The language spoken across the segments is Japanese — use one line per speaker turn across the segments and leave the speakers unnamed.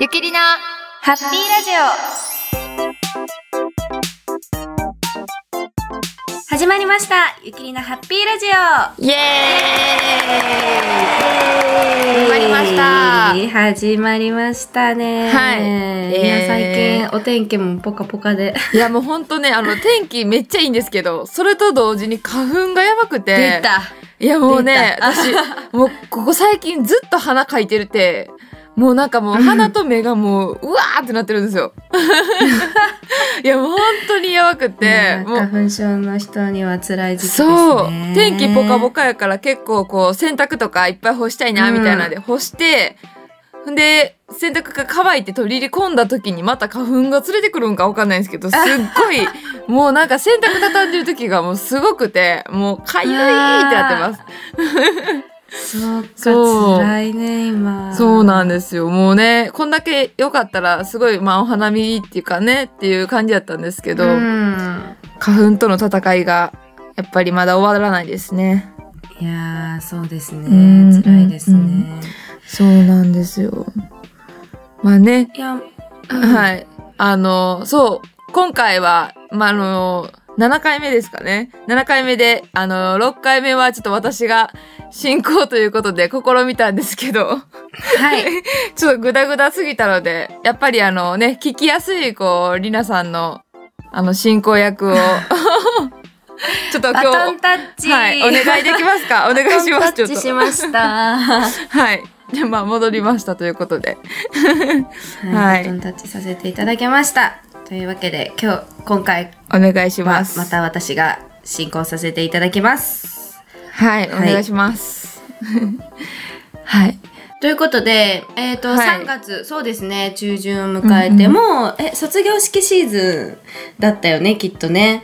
ゆきりなハッピーラジ
始まりましたゆきりなハッピーラジオ
オイエーイ始まりました
た始まりましたね
はい
い
えー
や最近お天気もポカポカで
いやもうほんとね、あの天気めっちゃいいんですけど、それと同時に花粉がやばくて。
出た
いやもうね、
出た
私、もうここ最近ずっと鼻かいてるって、もうなんかもう鼻と目がもう、うわーってなってるんです よ。いやもう本当にやばくて、
ね
もう
花粉症の人には辛い時期ですね
そう天気ポカポカやから結構こう洗濯とかいっぱい干したいな
うん
みたいなので干して、ん、で洗濯が乾いて取り入れ込んだ時にまた花粉が連れてくるんかわかんないんですけどすっごいもうなんか洗濯畳んでる時がもうすごくてもうかゆいってなってま
そうか
そう
辛いね今
すそうなんですよもうねこんだけ良かったらすごいまあお花見っていうかねっていう感じだったんですけど、
うん
花粉との戦いがやっぱりまだ終わらないですね
いやーそうです
う
ね
ん
辛いですね、
うんそうなんですよまあね
いや、い
はい。あの、そう、今回は、まあ、あの、7回目ですかね。7回目で、あの、6回目はちょっと私が進行ということで試みたんですけど、
はい
ちょっとグダグダすぎたので、やっぱりあのね、聞きやすい、こう、りなさんの、あの、進行 役を、ちょっと今
バ
日、
トンタッチ、
はい、お願いできますかお願いします、
タッ
ちょっ
チ
と
し。ました。は
はい。で、まあ、戻りましたということで。
い、
はい
バトンタッチさせていただきました。というわけで、今日、今回
お願いしま
は
す。
また私が進行させていただきます。
はい、お
はい
願いします。 はい。
ということで、えっ、と、
はい
3月、そうですね、中旬を迎えて、
うん
もう、え、卒業式シーズンだったよね、きっとね。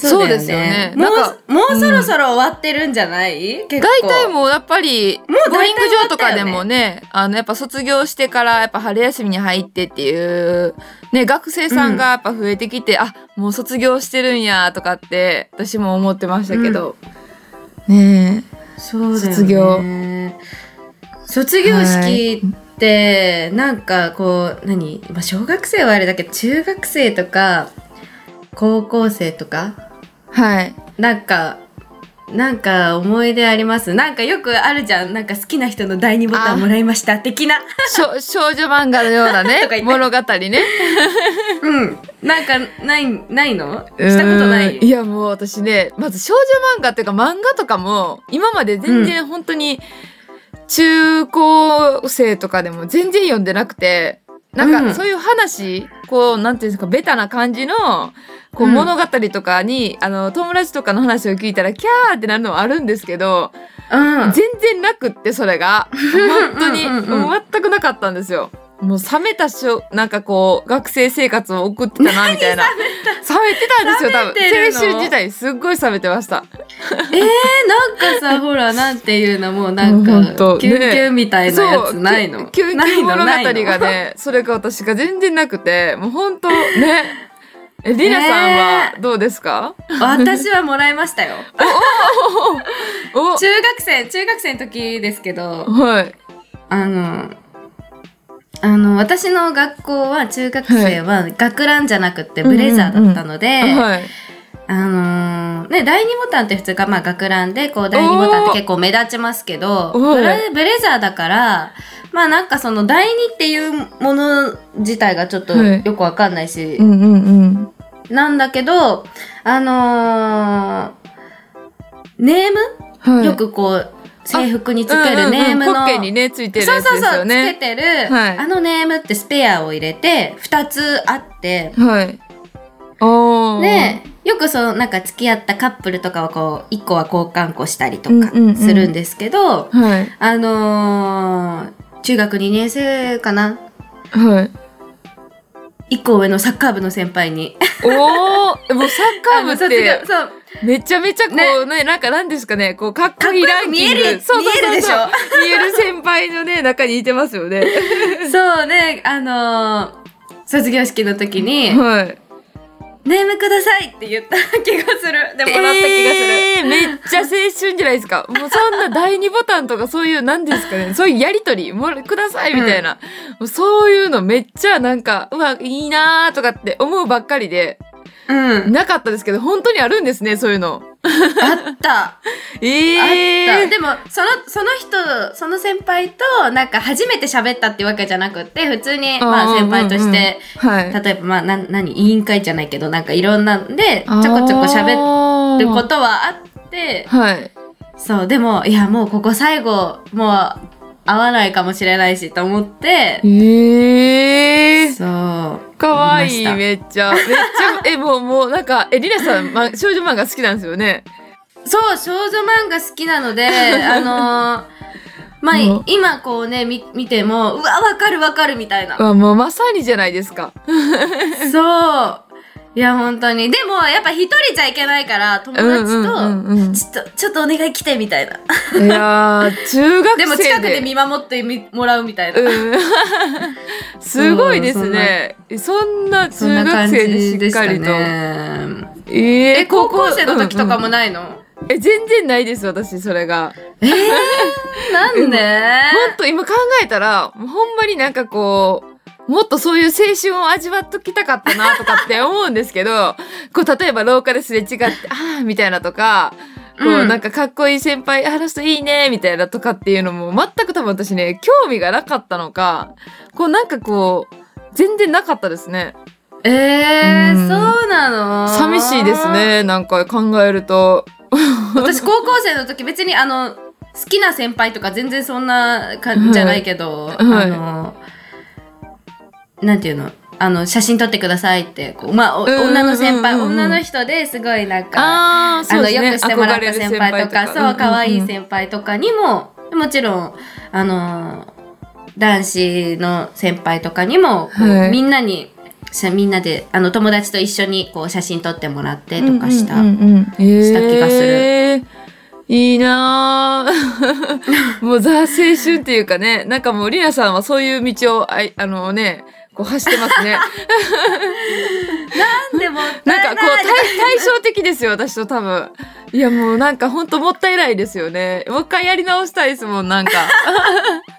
だ
そうですよね
も
なんか
う、もうそろそろ終わってるんじゃない、結構。
大体もうやっぱり、
もう
ボーリ
大体
ング
終わ
場
ったよね
とかでもね、あの、やっぱ卒業してから、やっぱ春休みに入ってっていう、ね、学生さんがやっぱ増えてきて、あ、もう卒業してるんや、とかって、私も思ってましたけど。ねえ。
そうだよね
卒業
卒業式ってなんかこう何、まあ、小学生はあれだけど中学生とか高校生とか
はい。
なんかなんか思い出ありますなんかよくあるじゃんなんか好きな人の第二ボタ
あ
ンもらいました的な
少少女漫画のような
と
ね
か言、って
物語ね。
うんなんかないないのしたことな
うーんい
い
やもう私ねまず少女漫画っていうか漫画とかも今まで全然本当に中高生とかでも全然読んでなくてなん
う
か
ん
そういう話、こうなんていうんですかベタな感じのこう
うん
物語とかに、あの友達とかの話を聞いたらキャーってなるのはあるんですけど、
うん
全然なくってそれが本当に
うんうんうん
もう全くなかったんですよ。もう冷めたしょなんかこう学生生活を送ってたなみたいな冷めてたんですよ多
冷めてる
分
の
青春時代すっごい冷めてました
えー、なんかさほらなんていうのもうなん
もうほん
か
と
キュンキュンみたいなやつ
そう
ないの
きゅ緊
な
急
い
物
の
語
ない
が
の
ねそれが私が全然なくてもう本当ねえりなさんはどうですか、
私はもらいま したよ。
お
中学生、中学生の時ですけど、
はい
あの、あの、私の学校は、中学生は学ランじゃなくてブレザーだったので、
はい
あのーね、第二ボタンって普通が、まあ学ランで、こう、第二ボタンって結構目立ちますけど、
おー
ブレブレザーだから、まあなんかその第二っていうもの自体がちょっと
はい
よくわかんないし、
うんうんうん
なんだけど、あのーネーム
はい
よくこう制服につけ
うんうんう
る
ん
ネームの、
ポッケにねついてる
そう
やつ
そ
で
う
す
そ
よ
うつけ
ね
てる、
はい
あのネームってスペアを入れて2つあって
はいおー
でよくそうなんか付き合ったカップルとかはこう1個は交換庫したりとか
うんうんうん
するんですけど、
はい
あのー中学2年生かな
はい
1個上のサッカー部の先輩に
おーえもうサッカー部っ
あの卒業
て
そう
めちゃめちゃこうねなんかなんですかねこうかっこいいランキン
かっこよく
グ
見える
そうそうそうそう
見えるでしょ
見える先輩のね中にいてます よね
そうねあのー卒業式の時に、
はい
ネームくださいって言った気がする。でもらった気がする。
えーめっちゃ青春じゃないですか。もうそんな第二ボタンとかそういう、なんていうんですかね、そういうやりとり、もらくださいみたいな、もうそういうのめっちゃなんか、うわ、いいなーとかって思うばっかりで、
うん。
なかったですけど、本当にあるんですね、そういうの。
あった。あ
え
った。
ー
でも、その、その人、その先輩と、なんか初めて喋ったってわけじゃなくって、普通に、まあ
うんうんう
先
ん
輩として、
はい。
例えば、まあ、なん、何、委員会じゃないけど、なんかいろんなんで、ちょこちょこ喋
っ
ることはあって、
はい。
そう、でも、いや、もうここ最後、もう、会わないかもしれないし、と思って、
えー、
そう。
かわい
思い
い、
ました
めっちゃ。めっちゃ、え、もう、もう、なんか、え、りなさん、ま、少女漫画好きなんですよね。
そう少女漫画好きなの であのーまあ、
うん
今こうねみ見てもうわわかるわかるみたいな
うわ、もうまさにじゃないですか。
そういや本当にでもやっぱ一人じゃいけないから友達と、
うんうんうんうん
ちょっとちょっとお願い来てみたいない
やー、中学生で。
でも近くで見守ってみもらうみたいな、
うん、 すごいですね。そんな
そんな
中
感じ
学生でしっ
でし
か
た
りと。
ね
えー
え高校生の時とかも
な
ないの、
え、全然ないです、私、それが。
えー、なんで
ほんと、今考えたら、もうほんまになんかこう、もっとそういう青春を味わっときたかったなとかって思うんですけど、 こう、例えば廊下ですれ違って、ああ、みたいなとか、こう、
うん
なんかかっこいい先輩、あの人いいね、みたいなとかっていうのも、全く多分私ね、興味がなかったのか、こう、なんかこう、全然なかったですね。
えー、
うん
そうなの
寂しいですね、なんか考えると。
私高校生の時別にあの好きな先輩とか全然そんな感じじゃないけど、
はい
あのなんていうのあの写真撮ってくださいってこう、まあ、お
うんうんうんうん
女の先輩女の人ですごいなんかあ
ああ、そ
の
うです
よ
ね。
くしてもらっ
憧れ
た
る
先輩とかそう可愛い先輩とかにももちろんあの男子の先輩とかにも、こう
はい
みんなにしみんなであの友達と一緒にこう写真撮ってもらってとかした。
うんうんうんうん
した気がする
えーいいなあ もうザ青春っていうかね、なんかもうりなさんはそういう道をあいあのね、こう走ってます ね。
なんでもったい
なんかこう対対照的ですよ、私と多分。いやもうなんかほんともったいないですよね。もう一回やり直したいですもん、なん か。や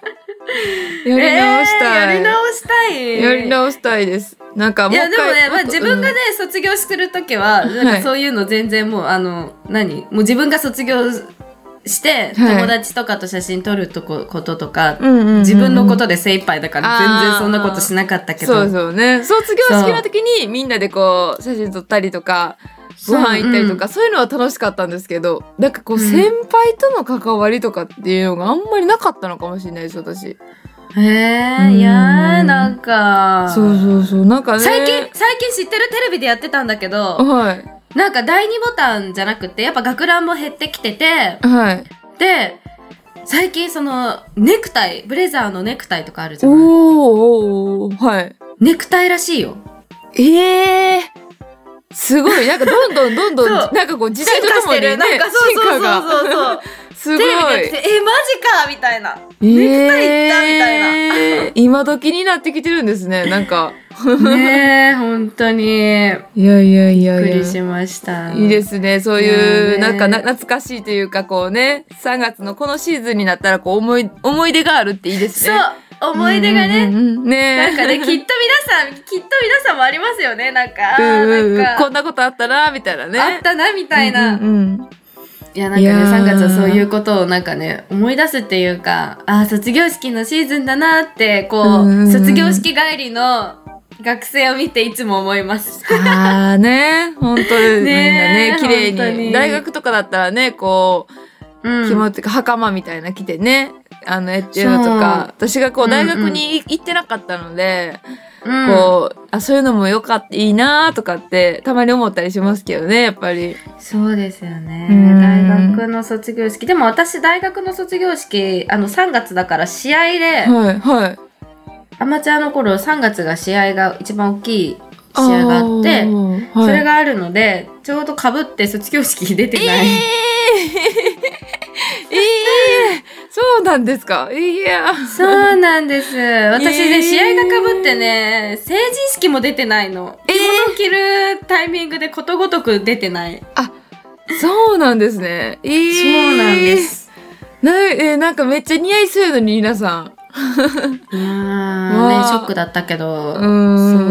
り直した
えーやり
い。
直したい。
やり直したいです。なんか
い
もう
や
一
でも
回。
ね、まあ、
と
自分がね、卒業するときはなん
は
か
い
そういうの全然もう、あの何もう自分が卒業して、
はい
友達とかと写真撮るとここととか、
うんうんうんうん
自分のことで精一杯だから
あー
全然そんなことしなかったけど
そうそうね卒業式の時にみんなでこう写真撮ったりとか
そ
ご
う
飯行ったりとかそう,、いうのは楽しかったんですけどなんかこう
うん
先輩との関わりとかっていうのがあんまりなかったのかもしれないです私
へえ
うん
いやーなんか
そうそうそうなんかね
最近最近知ってるテレビでやってたんだけど
はい
なんか第二ボタンじゃなくてやっぱ学ランも減ってきてて
はい
で最近そのネクタイブレザーのネクタイとかあるじゃない
おーおーおーはい
ネクタイらしいよ
ええー、すごいなんかどんどんどんどん
そう
なんかこう時代とともにね
なんかそうそう
進化
そうそう
が
そう
すご
テレビで
い
やっててえマジかみたいな
ネ
クタイいったみた
いな。今時になってきてるんですね、なんか。
ねえ本当に
いやいやいや
びっく
い
り
や。
しました
いいですね。そう
い
い
や
う、
ー
なん
ね
かな懐かしいというか、こうね、3月のこのシーズンになったら、こう、思い、思い出があるっていいです
そ
ね。
う思い出がね、
うんうんうん。ね
なん かねきっと皆さんきっと皆さんもありますよねなんかあ
うんうん
ー
うん
なん
こ
か
んなことあったな、みたいなね。
あったなみたいな、
うんうん
いやなんか
いや
ね
ー
3月はそういうことをなんかね思い出すっていうかあー卒業式のシーズンだなってこう
うんうんうん
卒業式帰りの学生を見ていつも思います。
うん。ああね、本当にみんな
ね
ね、綺麗
本当
に。
に
大学とかだったらね、こう、
うん
着物っていうか袴みたいな着てねあのやってるのとか私がこ
う
うん
うん
大学に行ってなかったので、
うん
こうあそういうのもよかったいいなとかってたまに思ったりしますけどねやっぱり。
そうですよね、
うん
大学の卒業式でも私大学の卒業式あの3月だから試合で、
はいはい。
アマチュアの頃3月が試合が一番大きい試合があって
ーはい、
それがあるのでちょうどか ぶって卒業式出て
えー、
ない。
えー、そうそうなんですかいや。
そうなんです。私ね、
えー
試合がかぶってね、成人式も出てないの。
えー
着物を着るタイミングでことごとく出てない。
そうなんですね。えー
そうなんで。す。
な、えーなんかめっちゃ似合いそうやのに、リナさ
いや
わ
ー、
あ
ね、ショックだったけど。
ん。うんうん
そう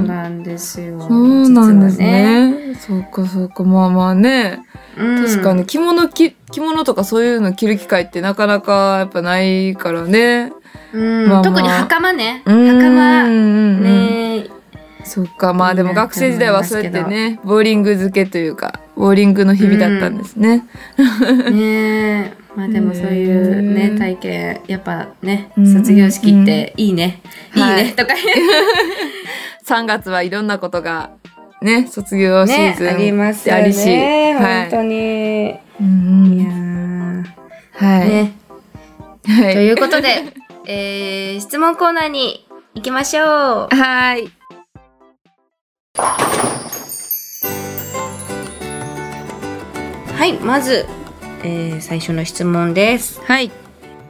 うん。
なんですよ。
そうなんですね。そうかそうか。まあまあね。
実はね。
確か
に。
に着物着、着物とかそういうの着る機会ってなかなかやっぱないからね。
うん
まあまあ
特に袴ね。
うん
袴。
うんうん
ね
そっかまあでも学生時代はそうやって
いいなって
ねボーリング漬けというかボーリングの日々だったんですね。
ねまあでもそういう
う
ね、
ん
体験、やっぱね、
うん
卒業式っていいね。いい
はい
ね、とか
3月はいろんなことがね卒業シ
ね
ーズン
あります
で
よ
あ
ね。
りし、は
本
い
当に。
うんうん
いやー
はい、
ね。
は
と
い
いうことで、 えー質問コーナーに行きましょう。
はい
はい、まず、えー最初の質問です。
はい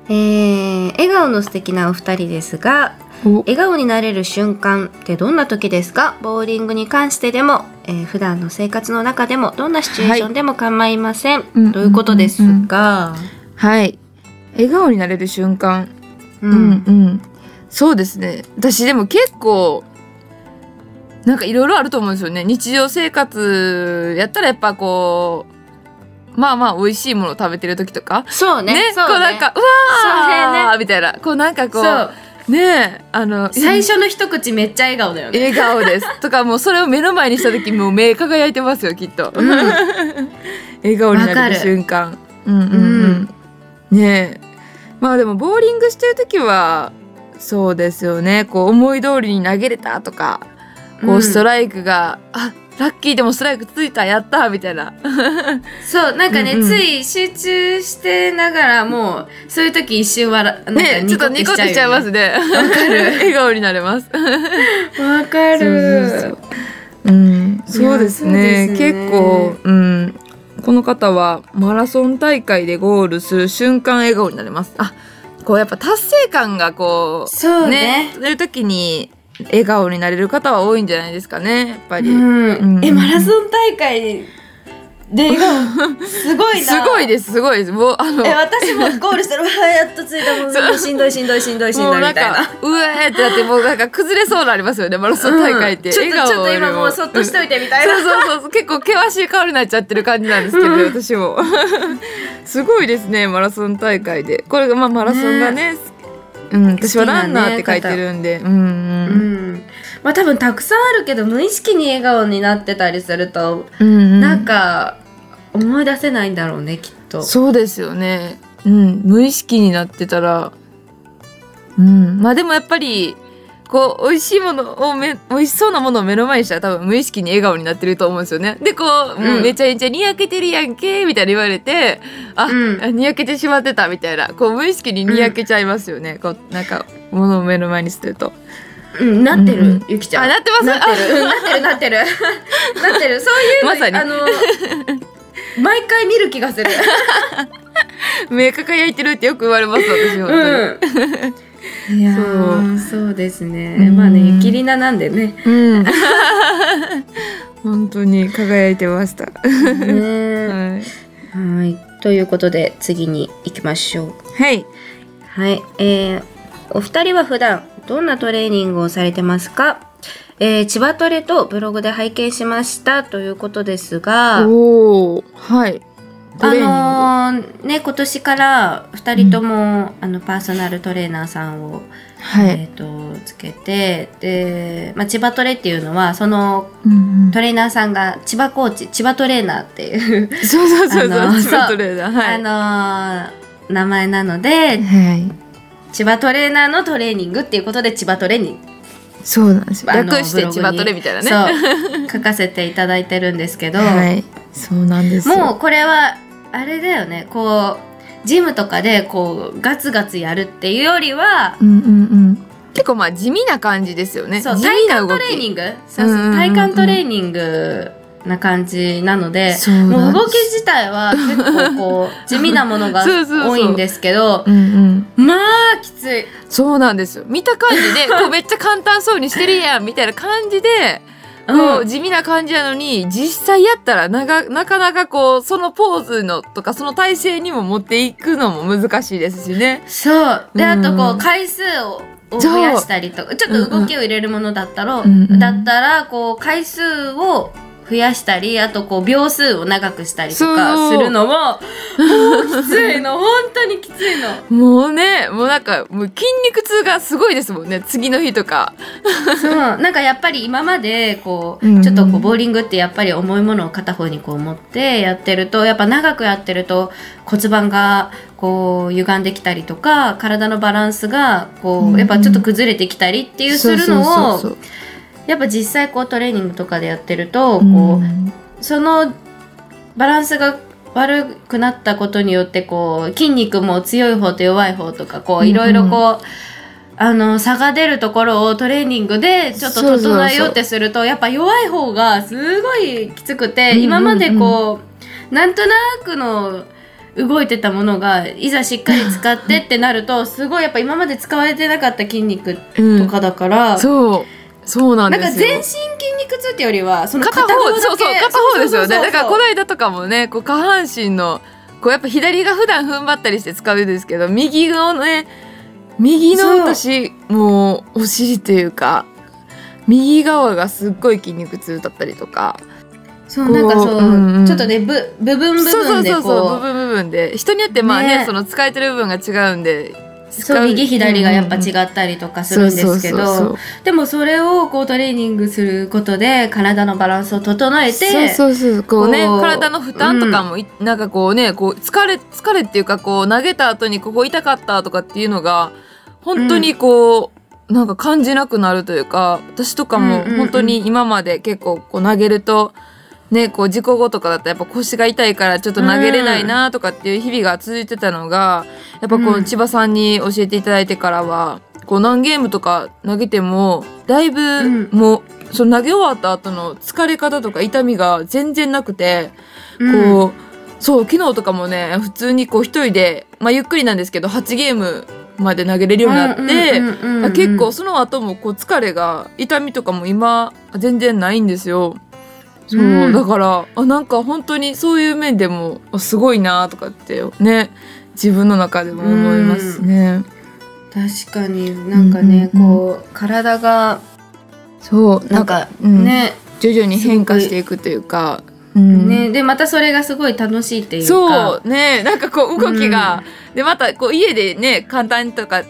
えー笑顔の素敵なお二人ですが、
お
笑顔になれる瞬間ってどんな時ですかボーリングに関してでも、えー普段の生活の中でもどんなシチュエーションでも構いません、
うん
ということですが、
はい笑顔になれる瞬間
う
うんうん、そうですね私でも結構なんかいろいろあると思うんですよね日常生活やったらやっぱこうまあまあ美味しいものを食べてる時とか
そうね
ね
そう
こうなんかうわ
そう
ーみたいなこうなんかこ
そうう
ねえあの
最初の一口めっちゃ笑顔だよね
笑顔ですとかもうそれを目の前にした時もう目輝いてますよきっと、
うん
笑顔に
わか
なれ
る
る瞬間うんうんうん、ねえまあでもボーリングしてる時はそうですよねこう思い通りに投げれたとかこ
う
うんストライクが、あラッキーでもストライクついたやったみたいな
そうなんかね、
うんうん
つい集中してながらもうそういう時一瞬笑なんか
ねちょっとニコってしちゃいますね わかる笑顔になれます
わかる
そうそうそううん、そうですね
そうですね
結構、うん、この方はマラソン大会でゴールする瞬間笑顔になりますあこうやっぱ達成感がこう
そうね
ねそういう時に笑顔になれる方は多いんじゃないですかねやっぱり、
うん
うん
えマラソン大会で笑顔すごいな
すごいですすごいですもうあの
え私もゴールしたらわあやっと着いた もん
そう
もうしんどいしんどいしんどいしん
も
ど
う
い
な
み
ん
たい
か
な。
うえーってなってもうなんか崩れそうになりますよねマラソン大会って、
うんちょっと
笑
ちょっ
顔
と
より
今もうそっとしといてみたいな、
そうそうそうそう結構険しい顔になっちゃってる感じなんですけど、私も すごいですねマラソン大会でこれがまあマラソンがねうん、私はランナーって書いてるんで、うん
う
うん
んまあ多分たくさんあるけど無意識に笑顔になってたりすると、
うんうん
なんか思い出せないんだろうねきっと
そうですよねうん無意識になってたらうんまあでもやっぱりこう美味しいものをめ美味しそうなものを目の前にしたら多分無意識に笑顔になってると思うんですよね。でこう、
うん
うんめちゃめちゃにやけてるやんけみたいな言われてあ、
うん
あにやけてしまってたみたいなこう無意識ににやけちゃいますよね、こうなんかものを目の前にすると。
うん、なってる、
うん
ゆきちゃん。
あなってます
なって る、うんなってる、なってる。なってる、そういうの、
まさに
あの。毎回見る気がする。
あ目輝いてるってよく言われます私も。
うん。いやー、そうですね。
うん
まあね、ゆきりななんでね。
うん 本当に輝いてました。
は
はい
い、ということで、次に行きましょう。
はい。
はい、えーお二人は普段どんなトレーニングをされてますか。えー、千葉トレとブログで拝見しましたということですが。
おお、はい。トレーニング。
あのーね今年から2人とも、あのパーソナルトレーナーさんを、
は
え。ー、とつけてで、まあ、千葉トレっていうのはその
うんうん
トレーナーさんが千葉コーチ千葉トレーナーっていう、
そうそうそう
あの
そ
ー
う。千葉トレーナー。はい。
あのー名前なので
はい。
千葉トレーナーのトレーニングっていうことで千葉トレに、
そうなんですよ。
あの
略して
ブログ
千
に
葉トレみたいなね。
そう書かせていただいてるんですけど、
はい。そうなんですよ。
もうこれはあれだよねこうジムとかでこうガツガツやるっていうよりは
うんうんうん。結構まあ地味な感じですよね。
そう
地
体
味な
幹
動
ト
き。
レーニングそうそう
うんうんうん
体幹トレーニングな感じなので、
そうなん
もう
です
保護犬自体は結構こう地味なものが
そうそうそう
多いんですけど、
うんうん、
まあきつい。
そうなんですよ見た感じでこうめっちゃ簡単そうにしてるやんみたいな感じで、こう地味な感じなのに実際やったらながなかなかこうそのポーズのとかその体勢にも持っていくのも難しいですしね。
そう。で、
うん
あとこう、回数を、を増やしたりとか、ちょっと動きを入れるものだったら、
うんうん
だったら、こう、回数を増やしたり、あとこう、秒数を長くしたりとか
そう
するのも、もうきついの、 本当にきついの。
もうねもうなんかもう筋肉痛がすごいですもんね次の日とか。
そう。なんかやっぱり今まで、こ
うんう
う、
ん
ちょっとこう、ボーリングってやっぱり重いものを片方にこう持ってやってると、やっぱ長くやってると骨盤が、こう、歪んできたりとか、体のバランスが、
うん
こ
うん
う、やっぱちょっと崩れてきたりっていうするのを、
そうそうそう
やっぱ実際こうトレーニングとかでやってると、
そう
こ
うん
うそのバランスが悪くなったことによってこう筋肉も強い方と弱い方とかこ
うんう
うんいろいろこう、あの差が出るところをトレーニングでちょっと
そうそうそう
整えようってするとやっぱ弱い方がすごいきつくて、
うんうんうん
今までこうなんとなくの動いてたものがいざしっかり使ってってなるとすごいやっぱ今まで使われてなかった筋肉
うん
とかだから、
そうそうなん
なん
で
か
すよ。
全身筋肉痛ってよりはその
片
片
方
方だけ
そうそう片方ですよねだからこの
れ
間とかもねこう下半身のこうやっぱ左が普段踏ん張ったりして使うんですけど右のね右の私もうお尻というか右側がすっごい筋肉痛だったりとか
そう
こう
なんかそう、
うんうん
ちょっとねぶ部分部
そうそ
分
う
でこ
そううそう部分部分で人によってまあね
ね
その使えてる部分が違うんで
そう右左がやっぱ違
う
ったりとかするんですけど、でもそれをこうトレーニングすることで体のバランスを整えて
そうそうそうこうね
こう
体の負担とかもい、なんかこうねこう疲れ疲れっていうかこう投げた後にここ痛かったとかっていうのが本当にこう、なんか感じなくなるというか私とかも
うんうんうん
本当に今まで結構こう投げると。ね、こう事故後とかだったらやっぱ腰が痛いからちょっと投げれないなとかっていう日々が続いてたのがやっぱこ
う
うん千葉さんに教えていただいてからはこう何ゲームとか投げてもだいぶ
ん
もう、その投げ終わった後の疲れ方とか痛みが全然なくて、
うん
こうそう昨日とかもね普通にこう一人で、まあ、ゆっくりなんですけど8ゲームまで投げれるようになって、
うんうんうんうん
結構その後もこう疲れが痛みとかも今全然ないんですよ。そう、
うん
だからあなんか本当にそういう面でもあすごいなとかってね自分の中でも思いますね。
確かになんかね、
うんうん
こう体が
そう
なんか
うん
ね、
徐々に変化していくというか、う
ねでまたそれがすごい楽しいっていうか
そうねなんかこう動きが、でまたこう家でね簡単にとか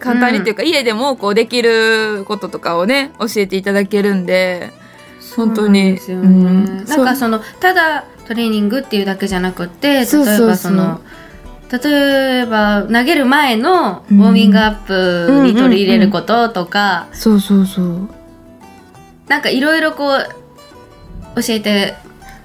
簡単にっていうか、家でもこうできることとかをね教えていただけるんで本当に
そうなんですよね
うん
なんかそのただトレーニングっていうだけじゃなくって例えばそ
そう
の
そうそう
例えば投げる前のウ
うん
ォーミングアップに取り入れることとか、
そうそうそう
なんかいろいろこう教えて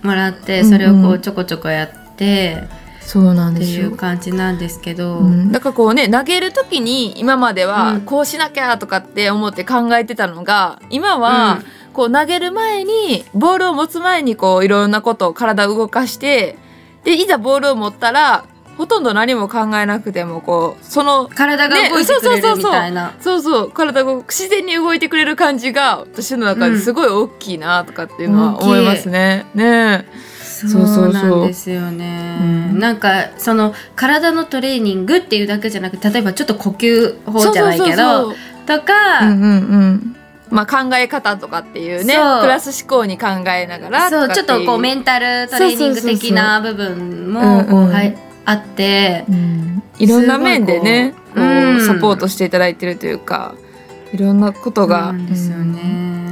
もらって
うんうん
それをこうちょこちょこやって
そうな
っ
ん
て
です
い
よ
う感じなんですけど、
うん、だからこうね投げる時に今まで
う
は
ん
こうしなきゃとかって思って考えてたのが今は
うん
こう投げる前にボールを持つ前にこういろんなことを体を動かしてでいざボールを持ったらほとんど何も考えなくてもこうその
体が動いてくれるみたいな。
そうそう体が自然に動いてくれる感じが私の中ですごい大きいなとかっていうのは思いますね。ねえそうそうそう
なんですよね、
うん
なんかその体のトレーニングっていうだけじゃなくて例えばちょっと呼吸法じゃないけど
そうそうそうそう
とか、
うんうんうんまあ、考え方とかっていうね
そう
プラス思考に考えながら
そうちょっとこうメ
ン
ンタルトレーニング的な部分も
そうそうそうそう
こ
うんう
うんはいあって、
いろんな面でね
す
こ
ごい
う、
こううん
サポートしていただいてるというかいろんなこと
そう
が。
なんですよね、
うん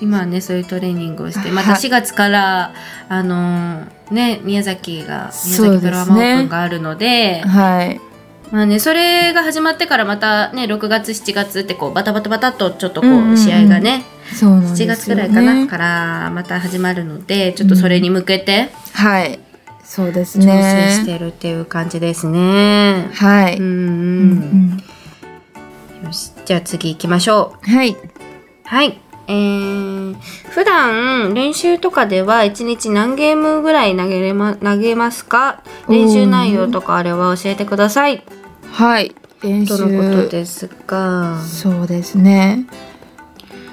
今はねそういうトレーニングをしてまた
はい
4月からあのーね宮崎が宮
そ
崎
うですね
プラマオープンがあるので
はい、
まあね、それが始まってからまたね6月7月ってこうバタバタバタっとちょっとこ
うんうんう
うん試合がね、
そうなんです
7
よね
月くらいかな、からまた始まるのでちょっとそれに向けて
はい、そうです
調整
ね。
してるっていう感じですね。
はい、
うん
うんうん
うん、よしじゃあ次行きましょ
はい、
う。はい、え
えー、普段練習とかでは1日何ゲームぐらい投げれま投げますか練習内容とかあれば教えてください
はい練習
とのことですが
そうですね。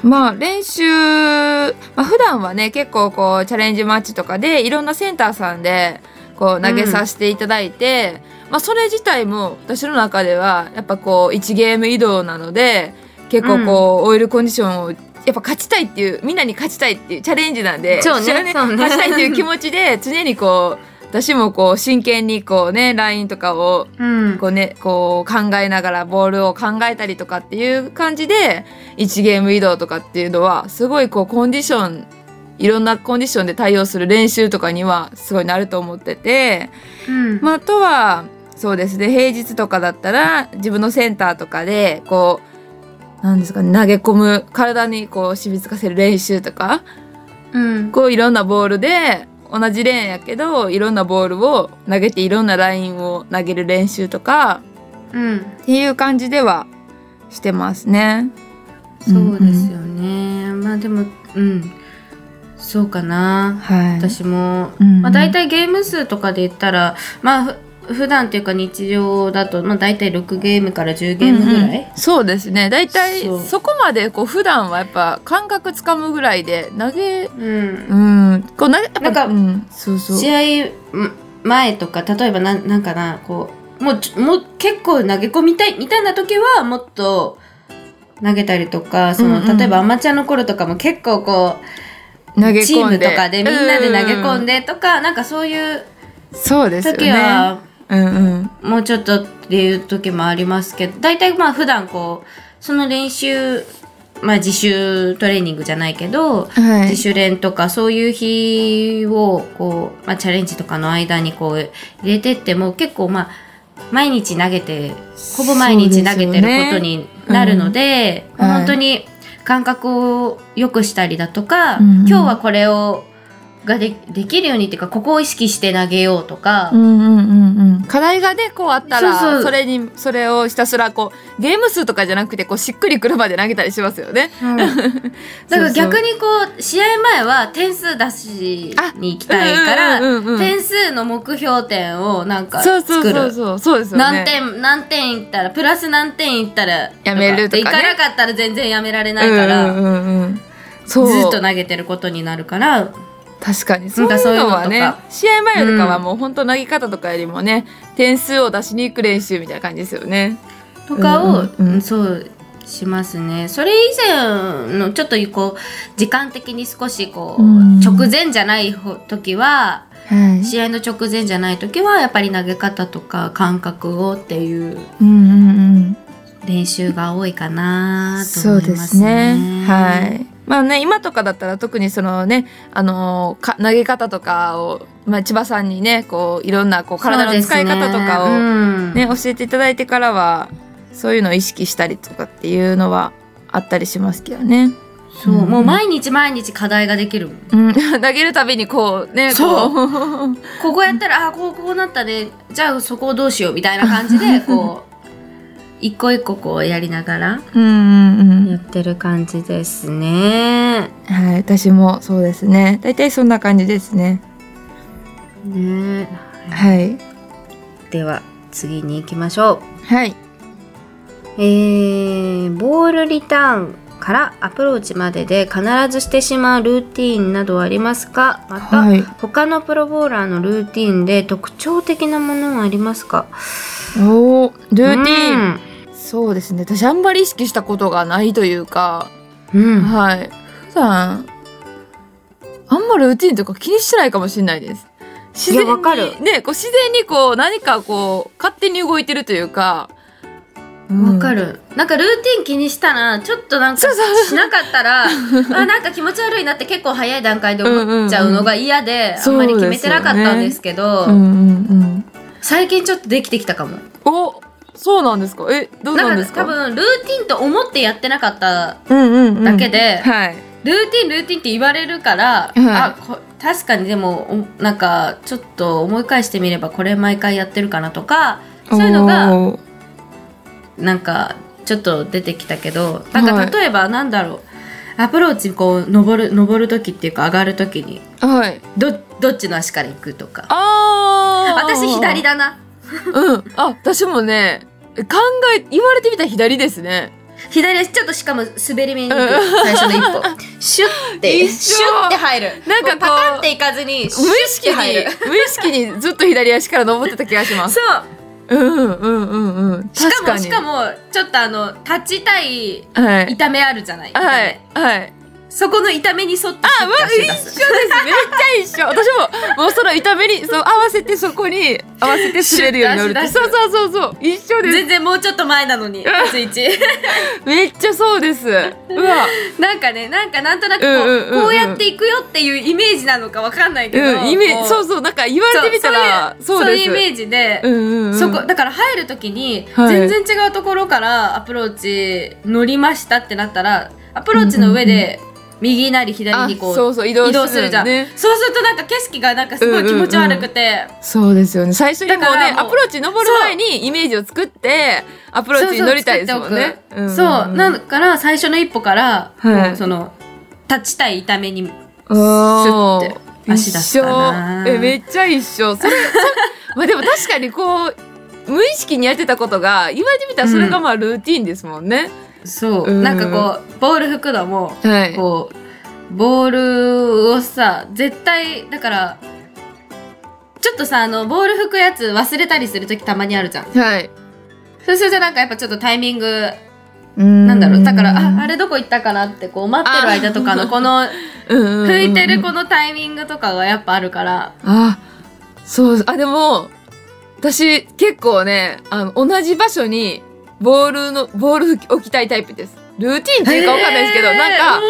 まあ練習、まあ、普段はね結構こうチャレンジマッチとかでいろんなセンターさんでこう投げさせていただいて、まあ、それ自体も私の中ではやっぱこう1ゲーム移動なので結構こう、オイルコンディションをやっぱ勝ちたいっていうみんなに勝ちたいっていうチャレンジなんで
そうね
試合を
そうね
勝ちたいっていう気持ちで常にこう私もこう真剣にこうねラインとかを
うん
こうね、こう考えながらボールを考えたりとかっていう感じで1ゲーム移動とかっていうのはすごいこうコンディションいろんなコンディションで対応する練習とかにはすごいなると思ってて、
うん
まあ、あとはそうですね平日とかだったら自分のセンターとかでこうなんですかね投げ込む体にこう染みつかせる練習とか
うん
こういろんなボールで同じレーンやけどいろんなボールを投げていろんなラインを投げる練習とか
うん
っていう感じではしてますね。
そうですよね。まあでも、うん。そうかな。
はい。
私も。
うん
まあ大体ゲーム数とかで言ったら、まあふ普段というか日常だと、まあ大体6ゲームから10ゲームぐらい。
うんうんそうですね。大体
そう
そこまでこう普段はやっぱ感覚つかむぐらいで投げ、
うん
うん、こう投げやっぱ
なんか
うん、そうそう。
試合うん前とか例えばなんなんかなこうもうちょもう結構投げ込みたいみたいな時はもっと投げたりとかその、
うんうん
例えばアマチュアの頃とかも結構こ
投げ込ん
う
で
チームとかでみんなで投げ込ん
で、
でとか、なんかそういう
そうですよ
時
ね。
は
うんうん。
もうちょっとっていう時もありますけど大体まあ普段こうその練習まあ自主トレーニングじゃないけど、
はい
自。主練とかそういう日をこう、まあ、チャレンジとかの間にこう入れてっても結構まあ毎日投げてほぼ毎日投げてることになるので
うんはい
本当に感覚を良くしたりだとか、
うんうん
今日はこれをがでできるようにっていうかここを意識して投げようとか、
うんうんうんうん、課題がねこうあったら
そう
そ
そう
れにそれをひたすらこうゲーム数とかじゃなくてこうしっくりくるまで投げたりしますよ ね。
だから
そうそう
逆にこう試合前は点数出しに行きたいから、
うんうんうんうん
点数の目標点をなんか
そう
作る。
そうそうそうそうですよね。
何点何点いったらプラス何点いったら
やめるとかね
で行かなかったら全然やめられないから、
うんうんうんうんそう
ずっと投げてることになるから
確かにそ
な
うん
か
いうのは
そういう
ね
のと
試合前とかはもう本当投げ方とかよりもね、点数を出しに行く練習みたいな感じですよね。
とかを、
うんうんうん
そうしますねそれ以前のちょっとこう時間的に少しこう、
うん
直前じゃないほ時は
はい
試合の直前じゃない時はやっぱり投げ方とか感覚をっていう
うんうん
練習が多いか
う、
なんと
そ
思
う
い
で
ますすね。
ね。はい。まあね今とかだったら特にそのねあのーか投げ方とかをまあ千葉さんにねこういろんなこう体の使い方
そうです
とかを
ね
ね
うん
教えていただいてからはそういうのを意識したりとかっていうのはあったりしますけどね。
そう、
うん
もう毎日毎日課題ができるもん
うん、 投げるたびにこうね
そう
こう
ここやったらあこうこうなったねじゃあそこをどうしようみたいな感じ でこう一個一個こうやりながら
うんうんう
や
ん
ってる感じですね。
はい私もそうですね大体そんな感じですね
ね
はい
では次に行きましょう。
はい
えー、ボールリターンからアプローチまでで必ずしてしまうルーティーンなどはありますかまた、
はい
他のプロボウラーのルーティーンで特徴的なものはありますか
おール
ル
ーティンそうですね私あんまり意識したことがないというか、
うん、うん
はい普段あんまルーティンとか気にしてないかもしれないです自然
いやわかる
にねこう自然にこう何かこう勝手に動いてるというか
わ、
うん
かる。なんかルーティン気にしたらちょっとなんか
そうそう
しなかった らあなんか気持ち悪いなって結構早い段階で思っちゃうのが嫌で、
うんうんうん
あんまり決めてなかったんですけど
うんうんうん
最近ちょっとできてきたかも。
おそうなんですかえどうなんですか
多分ルーティンと思ってやってなかった
うんうんうん
だけで
はい
ルーティンルーティンって言われるから、
はい
あこ確かにでもおなんかちょっと思い返してみればこれ毎回やってるかなとかそういうのが
おー
なんかちょっと出てきたけどなん
は
か
い
例えばなんだろう、アプローチこう登る登る時っていうか上がる時に
はい。
どどっちの足から行くとか
ああ。
私左だ
だ。
な
うん。あ、私もね、考え、言われてみたら左ですね。
左足ちょっとしかも滑り目に行く
うん
最初の一 歩
シュッて
一緒
シュッて入る
なんかこう
パタンっていかずに
無意識
シュッて入
に
る、
無意識にずっと左足から登ってた気がします。
そう
うんうんうんうん。
し
確
か
か
も
に。
しかもちょっとあの立ちたい
はい。
痛めあるじゃない、痛め
はい。はい。
そこの痛めに沿って
あ、まあ、一緒です。めっちゃ一緒。私も、もうその痛めに、そう、合わせてそこに、合わせて滑るようになるって。
シュ
そう
ッ
そうそうそう。一緒です。
全然もうちょっと前なのに立ち位置
めっちゃそうです。うわ。
なんかねなんかなんとなくこう,、
うんうんうんうん
こうやっていくよっていうイメージなのかわかんないけど、
うん、イメー
こ
ジ、そうそう、なんか言われてみたら、
そ
そうう
そう
です。
いうイメージで、
うんうんうん、
そこだから入る時に
はい
全然違うところからアプローチ乗りましたってなったらアプローチの上で右なり左にこ
あそう
う
そう移動
移動するじゃん、
ね
そうするとなんか景色がなんかすごい気持ち悪くて、
そうですよね最初にもう
だから
ね
もう
アプローチ登る前にイメージを作ってアプローチに乗りたいですもんね
そうそう作っておくそうな
の
んから最初の一歩から、
はい
その立ちたい痛めに
お
スッて足出すかな
一緒えめっちゃ一緒それそ まあでも確かにこう無意識にやってたことが言われてみたらそれがまあルーティンですもんね、
そう、
うん
なんかこうボール吹くのも
はい
こうボールをさ絶対だからちょっとさあのボール吹くやつ忘れたりする時たまにあるじゃん
はい
そうするとなんかやっぱちょっとタイミングな
なん
だろうだからああれどこ行ったかなってこう待ってる間とかのこの
拭
吹いてるこのタイミングとかがやっぱあるから
あそうあでも私結構ねあの同じ場所にボールのボール置き置きたいタイプですルーティンっていうかわかんないですけど、なんか
か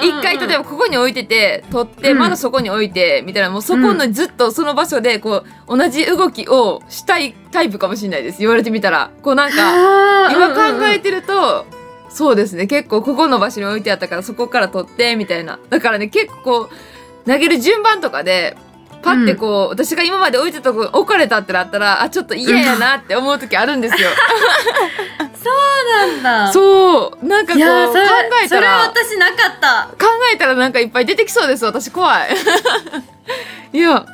一回例えばここに置いてて取って、
うん
まだそこに置いてみたいなもうそこのずっとその場所でこう同じ動きをしたいタイプかもしれないです言われてみたらこうなんか
ば
今考えてると、そうですね結構ここの場所に置いてあったからそこから取ってみたいなだからね結構こう投げる順番とかでパッてこう、私が今まで置いてたとこ置かれたってなったらあちょっと嫌やなって思う時あるんですよ。
なんだ
そうなんかこ
い
う
やー
考
それ
え
そ
た
れは
ら
私なかった
考えたらなんかいっぱい出てきそうです私怖い。 いや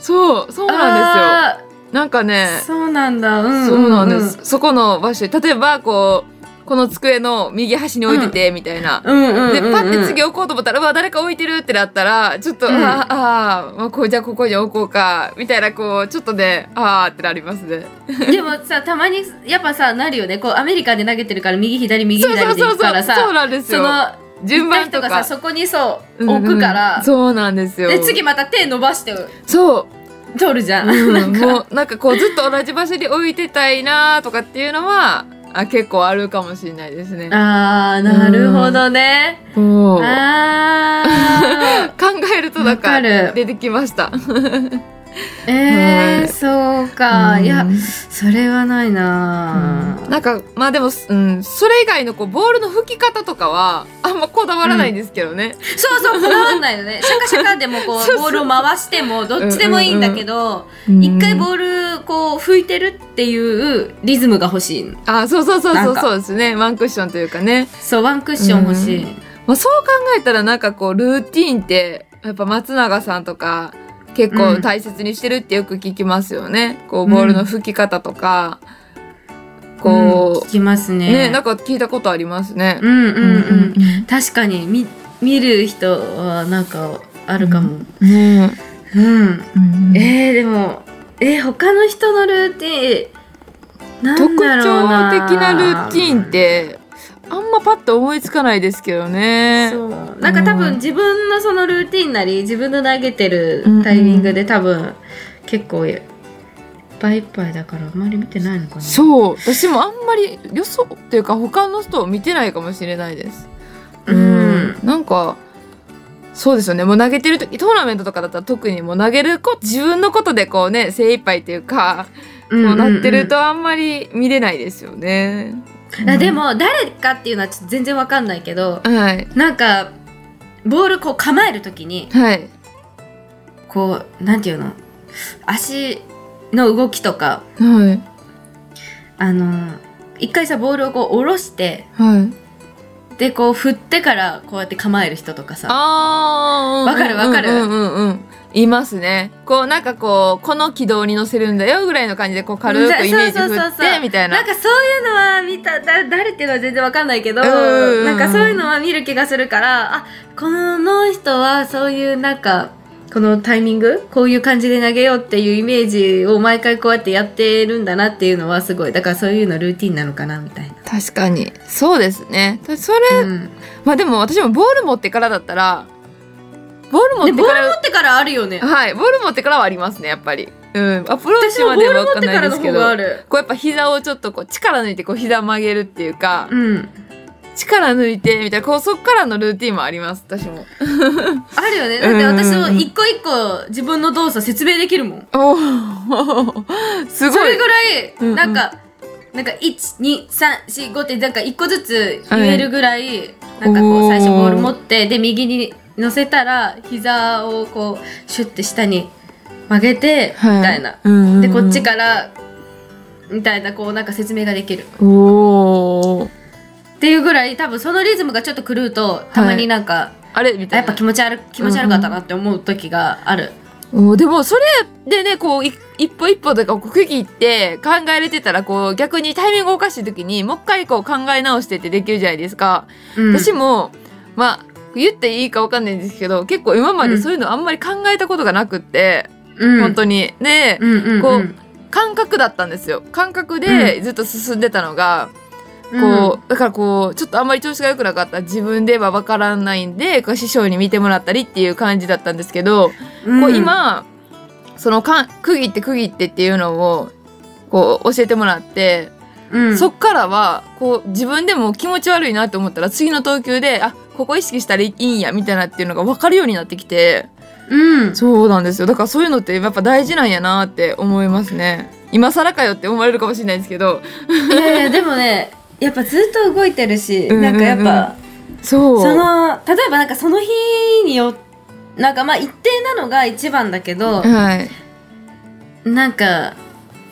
そうそうなん
で
で
す
よ。なんかね
そうなんだうん
そうなんです、そこの場所に例えばこうこの机の右端に置いててみたいな、
うんうんうんうん
でパッて次置こうと思ったら「うわ誰か置いてる」ってなったらちょっと「
うん
あーあーまあこうじゃあここに置こうか」みたいなこうちょっとね「ああ」ってなりますね。
でもさたまにやっぱさなるよねこうアメリカで投げてるから右左右
そうそ
左
う
で行
そう
くか
そう
らさ
そうなんです
そ
よ。
の
順番
と
と
かさ
か
そこにそ
うん
う
うん
置くから、
そうなんですよ。
で次また手伸ばして
そう
取るじゃん、
う ん、もうなんかこうずっと同じ場所に置いてたいなとかっていうのはあ結構あるかもしれないですね。
あーなるほどね、
そう
あ
考えるとなん
わか
か
る
出てきました。
ーえー、そうか、
うん
いやそれはないな、
なんかまあでも、うん、それ以外のこうボールの吹き方とかはあんまこだわらないんですけどね。
そうそうこだわんないのねシャカシャカでもこう
そうそう
ボールを回してもどっちでもいいんだけど、
一、
一回ボールこう拭いてるっていうリズムが欲しい
あそうそうそう
な
そ
ん
う
か
そうですねワンクッションというかね、
そうワンクッション欲しい、
まあ、そう考えたらなんかこうルーティーンってやっぱ松永さんとか結
う
構
ん
大切にしてるってよく聞きますよね、こうボールの吹き方とか、
うん
こ
聞きます
う、
ね
ねなんか聞いたことありますね
う。んうんうん、確かに見見る人はなんかあるかも
うんね
うん、
うん
えー、でもえー、他の人のルーティンな
特
ん
徴
だろうな
的なルーティンってあんまパッと思いつかないですけどね。
そうなんか多
うん
分自分のそのルーティンなり自分の投げてるタイミングで多分結構いっぱいいっぱいだからあんまり見てないのかな
そう私もあんまり予想っていうか他の人を見てないかもしれないです。
うん
なんかそうですよねもう投げてる時トーナメントとかだったら特にもう投げること自分のことでこうね精一杯っていうか、
うんうんうん
もうなってるとあんまり見れないですよね。
あでも誰かっていうのはちょっと全然わかんないけど
はい
なんかボールこう構えるときに
はい
こうなんていうの足の動きとか
はい
あの一回さボールをこう下ろして
はい
でこう振ってからこうやって構える人とかさ
あ
わかるわかる
うんうんうんうんいますねこうなんかこうこの軌道に乗せるんだよぐらいの感じでこう軽くイメージ
そうそうそう
振
そ
っ
う
てみたい
なん
な
かそういうのは見ただ誰っていうのは全然わかんないけど
うんうんうん
なんかそういうのは見る気がするからあこの人はそういうなんかこのタイミングこういう感じで投げようっていうイメージを毎回こうやってやってるんだなっていうのはすごいだからそういうのルーティンなのかなみたいな。
確かにそうですねそれ、
うん
まあでも私もボール持ってからだったらボール持っ
で
て
ボ
か
ール持
ら
ってからあるよね。
はいボール持ってからはありますねやっぱりうんアプロー
私
チ
も
ま
ボ
で
ー
は
ル
分
持っ
かん
て
な
から
いで
の
すけ
方
ど
がある。
こうやっぱ膝をちょっとこう力抜いてこう膝曲げるっていうか、
うん、
力抜いてみたいなこうそっからのルーティンもあります私も
あるよね。だって私
うんうん
も
うん
一個一個自分の動作説明できるもん。
おー す
そ
ごい
れぐ
うんう
ら
ん
い、なんか、なんか、1、2、3、4、5って、なんか、一個ずつ言えるぐらい、なんかこ
おー
う、最初ボール持って、で、右に乗せたら、膝をこう、シュッて下に曲げて、みたいな。で、こっち
か
から、みたいな、こう、なんか説明ができる。っ
おー
ていうぐらい、多分そのリズムがちょっと狂うと、たまになんか、
あれみ
あ
たい
やっ
な
ぱ気持ち悪、気持ち悪かったなって思う時がある。
おーでもそれでねこうい一歩一歩とかこう区切って考えれてたらこう逆にタイミングおかしい時にもう一回こう考え直してってできるじゃないですか、
うん
私もまあ言っていいかわかんないんですけど結構今までそういうのあんまり考えたことがなくって、
うん
本当にで、
うんうんうん
こう感覚だったんですよ感覚でずっと進んでたのが、こうだからこうちょっとあんまり調子が良くなかった自分では分からないんでこう師匠に見てもらったりっていう感じだったんですけど、
うん、
こう今そのかん区切って区切ってっていうのをこう教えてもらって、
うん、
そっからはこう自分でも気持ち悪いなって思ったら次の投球であここ意識したらいいんやみたいなっていうのが分かるようになってきて
うん、
そうなんですよだからそういうのってやっぱ大事なんやなって思いますね。今更かよって思われるかもしれないんですけど
いやいやでもねやっぱずっと動いてるし、
うんうんうん
なんかやっぱ
そう
その例えばなんかその日によなんかまあ一定なのが一番だけど、
はい、
なんか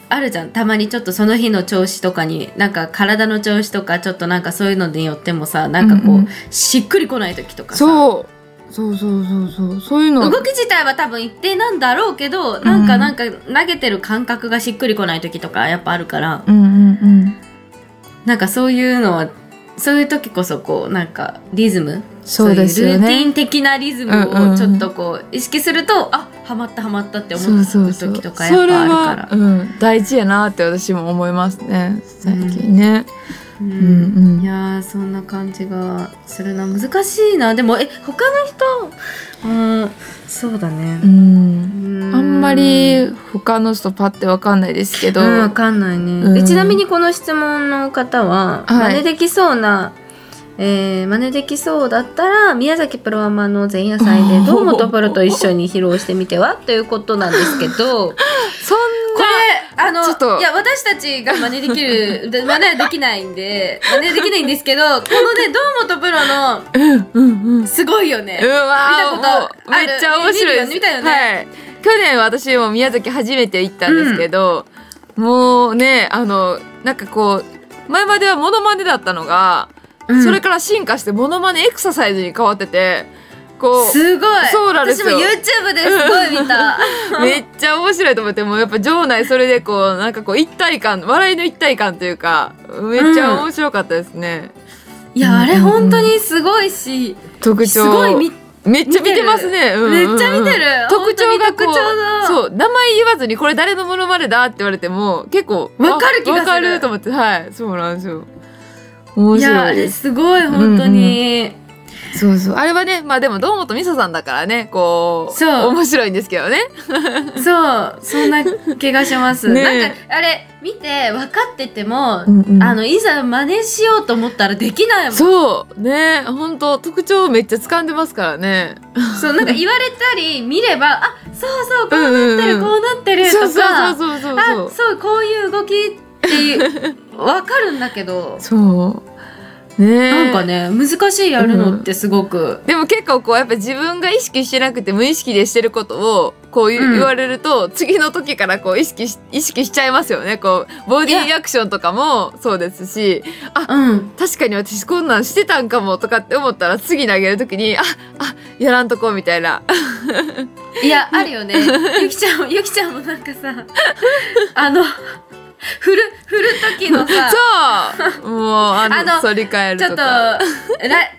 あるじゃんたまにちょっとその日の調子とかになんか体の調子とかちょっとなんかそういうのによってもさなんかこう、
うんうん
しっくりこない時とかさ
そうそうそうそうそうそういうの
動き自体は多分一定なんだろうけど、なんかなんか投げてる感覚がしっくりこない時とかやっぱあるから、
うんうんうん
なんかそういうのはそういう時こそこうなんかリズム
そうですよね
そういうルーティン的なリズ
うんうんう
ム
ん
をちょっとこう意識すると、あハマったハマったって思
そう
う
そうそう
時とかやっぱあるから
それは、うん、大事やなって私も思いますね最近ね、
う
うんんうん
いやーそんな感じがするな難しいなでもえ他の人うんそうだね
う、ん
う
あんまり他の人パッてわかんないですけど、
うんわかんないね、
うん
えちなみにこの質問の方は、
はい
真似できそうな、えー、真似できそうだったら宮崎プロアマの前夜祭 で堂本プロと一緒に披露してみてはということなんですけ どこ
そんな
れあの
ちょっと
いや私たちが真似できるで真似はできないんで真似できないんですけどこのね堂本プロの
うんうん
すごいよね
う。わー
見たこと
も
あ
う
る
めっちゃ面白いです
見るよね見た
はい、去年私も宮崎初めて行ったんですけど、もうねあのなんかこう前まではモノマネだったのが、
うん
それから進化してモノマネエクササイズに変わっててこう
すごい
そうなんですよ
私も YouTube ですご い見た。
めっちゃ面白いと思ってもうやっぱ場内それでこうなんかこう一体感笑いの一体感というかめっちゃ面白かったですね、
いやあれ本当にすごいし、
特徴
すごい見
めっちゃ見てますね、うんうんうん
めっちゃ見てる
特徴がこう
本当に特徴だ
そう名前言わずにこれ誰のものまねだって言われても結構
わかる気がする
あわかると思ってはいそうなんですよ面
いや
白
あ
い
れ
です
すごい本当に、
そうそうあれはねまあでも堂本美沙さんだからねこう
そう
面白いんですけどね
そうそんな気がします、
ねえ
なんかあれ見て分かってても、
うんうん
あのいざ真似しようと思ったらできないもんそう
そうね本当特徴をめっちゃ掴んでますからね
なんか言われたり見ればあそうそうこ
う
うなっ
んうん
てる、こうなってると
そう
か
そうそうそうそう
あそうこういう動きっていう分かるんだけど
そうね
な
え
んかね難しいやるのってすごく、
でも結構こうやっぱ自分が意識してなくて無意識でしてることをこう言,、
うん
言われると次の時からこう意識し意識しちゃいますよねこうボディリアクションとかもそうですし
うん
確かに私こんなんしてたんかもとかって思ったら次投げる時にああやらんとこみたいない
やあるよねゆきちゃんもゆきちゃんもなんかさあの振る振る時のさ
そうもうあの
あの
反り返る
ちょっ
と
と
か
ラ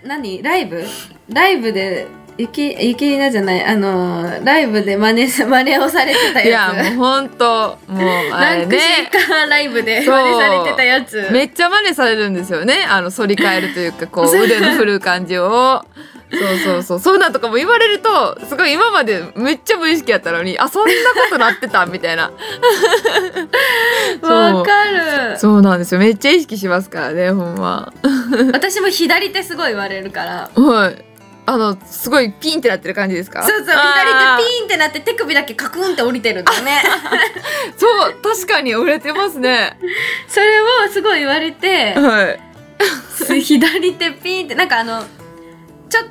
何ライブライブでゆきゆきりなじゃないあのライブで真似さ真似をされてた
いや
やつ
もうほんともうあ
ラ
れ
ンク
ね
シーカーライブで
そう
真似されてたやつ
めっちゃ真似されるんですよねあの反り返るというかこう
そう
腕の振る感じをそうそうそうそんなんとかも言われるとすごい今までめっちゃ無意識やったのにあそんなこと なってたみたいなそう
わかる
そうなんですよめっちゃ意識しますからねほんま
私も左手すごい言われるから
はいあのすごいピンってなってる感じですか
そうそう左手ピーンってなって手首だけカクンって降りてるんだよ ね
ピンそう確かに折れてますね
それをすごい言われて
はい
左手ピンってなんかあのちょっ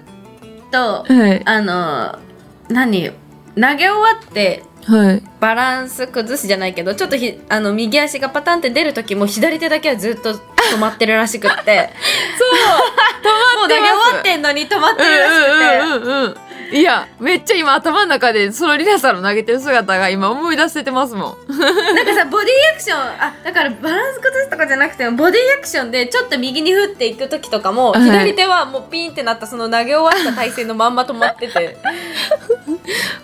と
はい
あの何投げ終わって
はい
バランス崩すじゃないけどちょっとひあの右足がパタンって出る時も左手だけはずっと止まってるらしくってそう止まってもう投げ終わってんのに止まってるらしくて、
うんうんうんうんいやめっちゃ今頭の中でそのリナさんの投げてる姿が今思い出せてますもん
なんかさボディアクションあだからバランス崩すとかじゃなくてもボディアクションでちょっと右に振っていく時とかも
はい
左手はもうピンってなったその投げ終わった体勢のまんま止まってて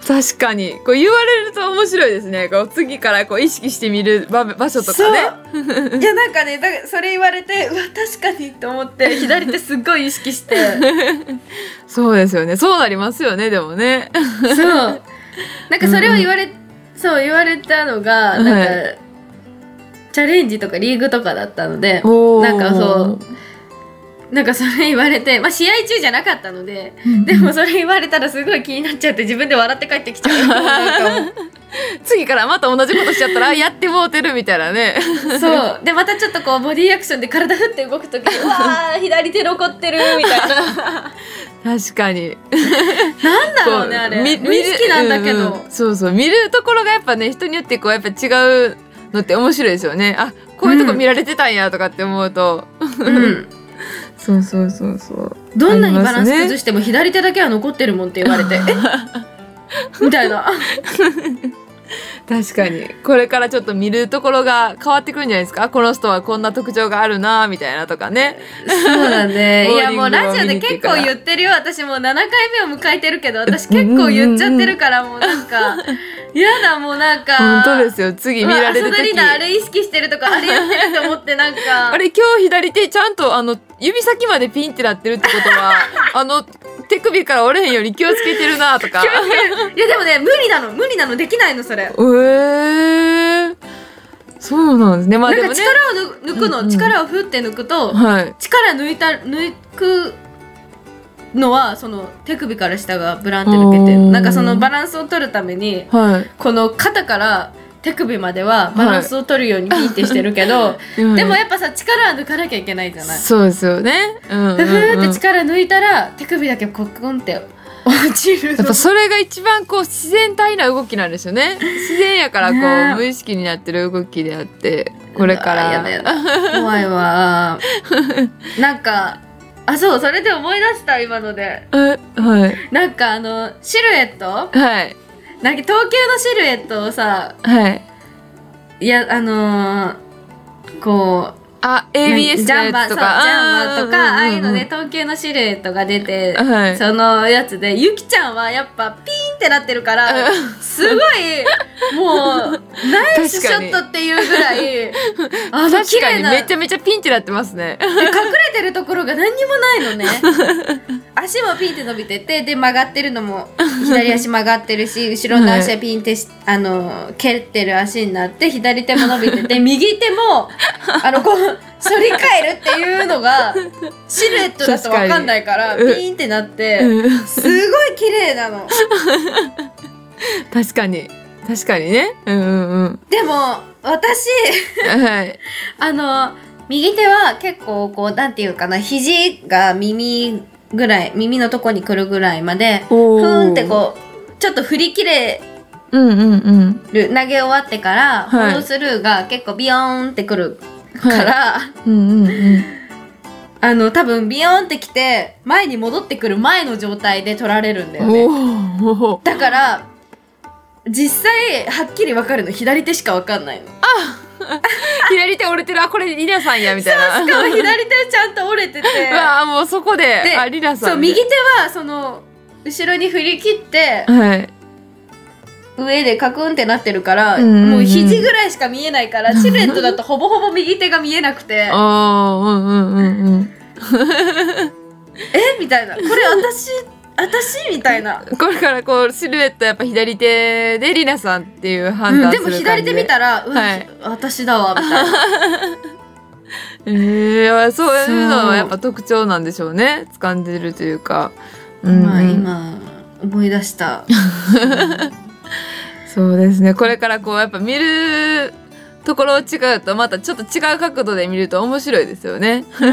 確かにこう言われると面白いですねこう次からこう意識してみる場場所とかね
そう いやなんかねだからそれ言われてうわ確かにと思って 左手すっごい意識して
そうですよねそうなりますよねでもね
そうなんかそれを言われ、そう言われたのがなんか、
は
チャレンジとかリーグとかだったので
おー
なんかそうなんかそれ言われてまあ試合中じゃなかったのででもそれ言われたらすごい気になっちゃって自分で笑って帰ってき ちゃうなんかも
次からまた同じことしちゃったらあやってもうてるみたいなね
うそうでまたちょっとこうボディアクションで体振って動く時うわー左手残ってるみたい な
確かに
なんだろうねあれ
み
無意識なんだけど、
うんうんそうそう見るところがやっぱね人によってこうやっぱ違うのって面白いですよねあこういうとこ見られてたんやとかって思うと、
うん
そうそうそうそう
どんなにバランス
ありますね
崩しても左手だけは残ってるもんって言われて、えみたいな。
確かにこれからちょっと見るところが変わってくるんじゃないですかこの人はこんな特徴があるなみたいなとかね
そうだ ね。いやもう
ボーリング
ラ
を
ジオ
見
で
に行って
結
から
構言ってるよ。私もう7回目を迎えてるけど、私結構言っちゃってるから、もうなんか、やだ、もうなんか。
本当ですよ次
う
見
わ。
られる
浅田リ
時
ーダーあれ意識してるとか、あれやってると思ってなんか。
あれ今日左手ちゃんとあの指先までピンってなってるってことはあの手首から折れへんように気をつけてるな とか。
いやでもね、無理なの、無理なの、できないの、それ。
えー、そうなんですね。まあ
なん
で
か
もね、
力を抜くの、
うんうん
力をふって抜く と、
はい。
力抜いた抜くのはその手首から下がブランって抜けて
おー
なんかそのバランスを取るために
はい。
この肩から手首まではバランスを取るようにピーってしてるけど、
うん
でもやっぱさ力は抜かなきゃいけないじゃない。
そうですよね。うんうん、
ふ
う
ー
ん。
って
や
力抜いたら手首だけコクンって落ちる
っ
の
ぱそれが一番こう自然体な動きなんですよね。自然やからこう、
ねえ
無意識になってる動きであって、これから。
うわやだやだ怖い わなんかあそうそれで思い出した今ので
えはい。
なんかあのシルエット
はい。
なんか東京のシルエットをさ
はい。
いやあのーこう
あ、
ジ
ABS の
ャン
や
バー
つ
そ
と
うジャン
か。
バーとかああいうのね
ね。
東急のシルエットが出て、
はい
そのやつでゆきちゃんはやっぱピーンってなってるから
う
すごいもうナイスショットっていうぐらいあの
確
綺
か
麗
に
な
めちゃめちゃピンってなってます ね。
で隠れてるところが何にもないのね 足もピンって伸びててで曲がってるのも左足曲がってるし後ろの足はピンってし、あの蹴ってる足になって左手も伸びて て右手もあのこう反り返るっていうのがシルエットだと分かんないから
確かに
ピンってなって、
うん
すごい綺麗なの。
確かに。確かにね。うんうんうん。
でも私
はい。
あの右手は結構こうなんていうかな肘が耳ぐらい耳のとこに来るぐらいまでふ
ふ
ーんってこうちょっと振り切れ
う。うんうんうん。
る投げ終わってから、
はい
フォロースルーが結構ビヨーンってくるから、
うんうんうん。
あの多分ビヨーンってきて前に戻ってくる前の状態で取られるんだよね。
おお。
だから実際はっきり分かるの左手しか分かんないの。
左手折れてる。あ、これリラさんや、みたいな。
しかも左手ちゃんと折れてて
うわあ、もうそこで、
で
あ、リラさん。
そう右手。はその後ろに振り切って
はい。
上でカクンってなってるから、
うんうんうん
もう肘ぐらいしか見えないからシルエットだとほぼほぼ右手が見えなく て
ああ、うんうんうんうん。
えみたいなこれ私私みたいな、
これからこう、シルエットやっぱ左手でリラさんっていう判
うん
断
です
る
も
感
左
じ
手見。たら、うん
はい
私だわみたいな
えー、そういうの
そう
はやっぱ特徴なんでしょうね。掴んでるというか。
まあ今思い出 した
そうですねこれからこうやっぱ見るところ違うとまたちょっと違う角度で見ると面白いですよね。
う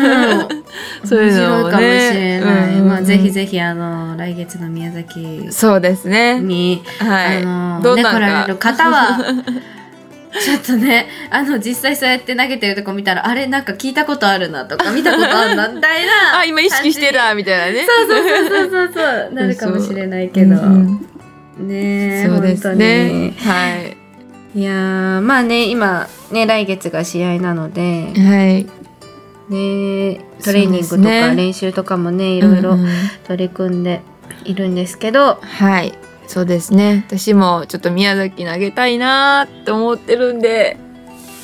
ん
そういうのも
面白いかもしれ
ね
ない、
うんうんうん
まあ、ぜひぜひあの来月の宮崎
そうですね。
に、
はい。
あの
どう
ね
な
来
んから
れる方はちょっとねあの実際そうやって投げてるとこ見たらあれなんか聞いたことあるなとか見たことあるなみたいな
あ今意識してるわみたいなね。
そうそうそうそうそう なるかもしれないけど、
うん
ねえ
そうですね
本。
はい
いやーまあね今ね来月が試合なので
はい。
ねトレーニング
そ
と
うですね
か練習とかもねいろいろ
うんうん
取り組んでいるんですけど、
はい。そうですね。私もちょっと宮崎投げたいなーって思ってるんで。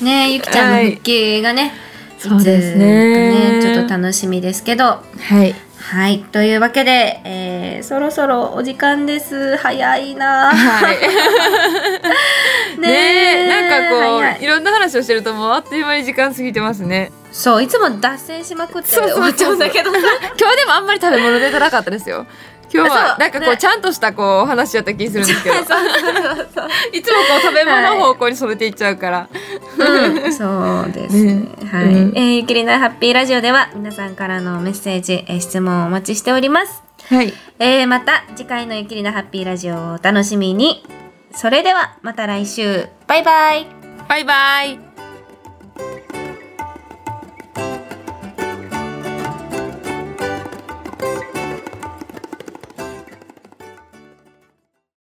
ねえゆきちゃんの復帰がね、いつかねちょっと楽しみですけど
はい。
はい。というわけで、えー、そろそろお時間です。早いなあ
はい。
ね
ねえ、なんか
早
こ、
いう
いろんな話をしてるともうあっという間に時間過ぎてますね。
そう、いつも脱線しまくって
そうそう
終わっちゃうんだけど。
今日でもあんまり食べ物出てなかったですよ。今日
そ
は
う
なんかこう、
ね
ちゃんとしたこうお話やった気する ん ですけど、いつもこう食べ
はい
物方向にそれていっちゃうから。
うんそうですね。
うん
はい。
うん
えーゆきりなハッピーラジオでは皆さんからのメッセージ、えー質問をお待ちしております。
はい。
えーまた次回のゆきりなハッピーラジオをお楽しみに。それではまた来週。バイバイ。
バイバイ。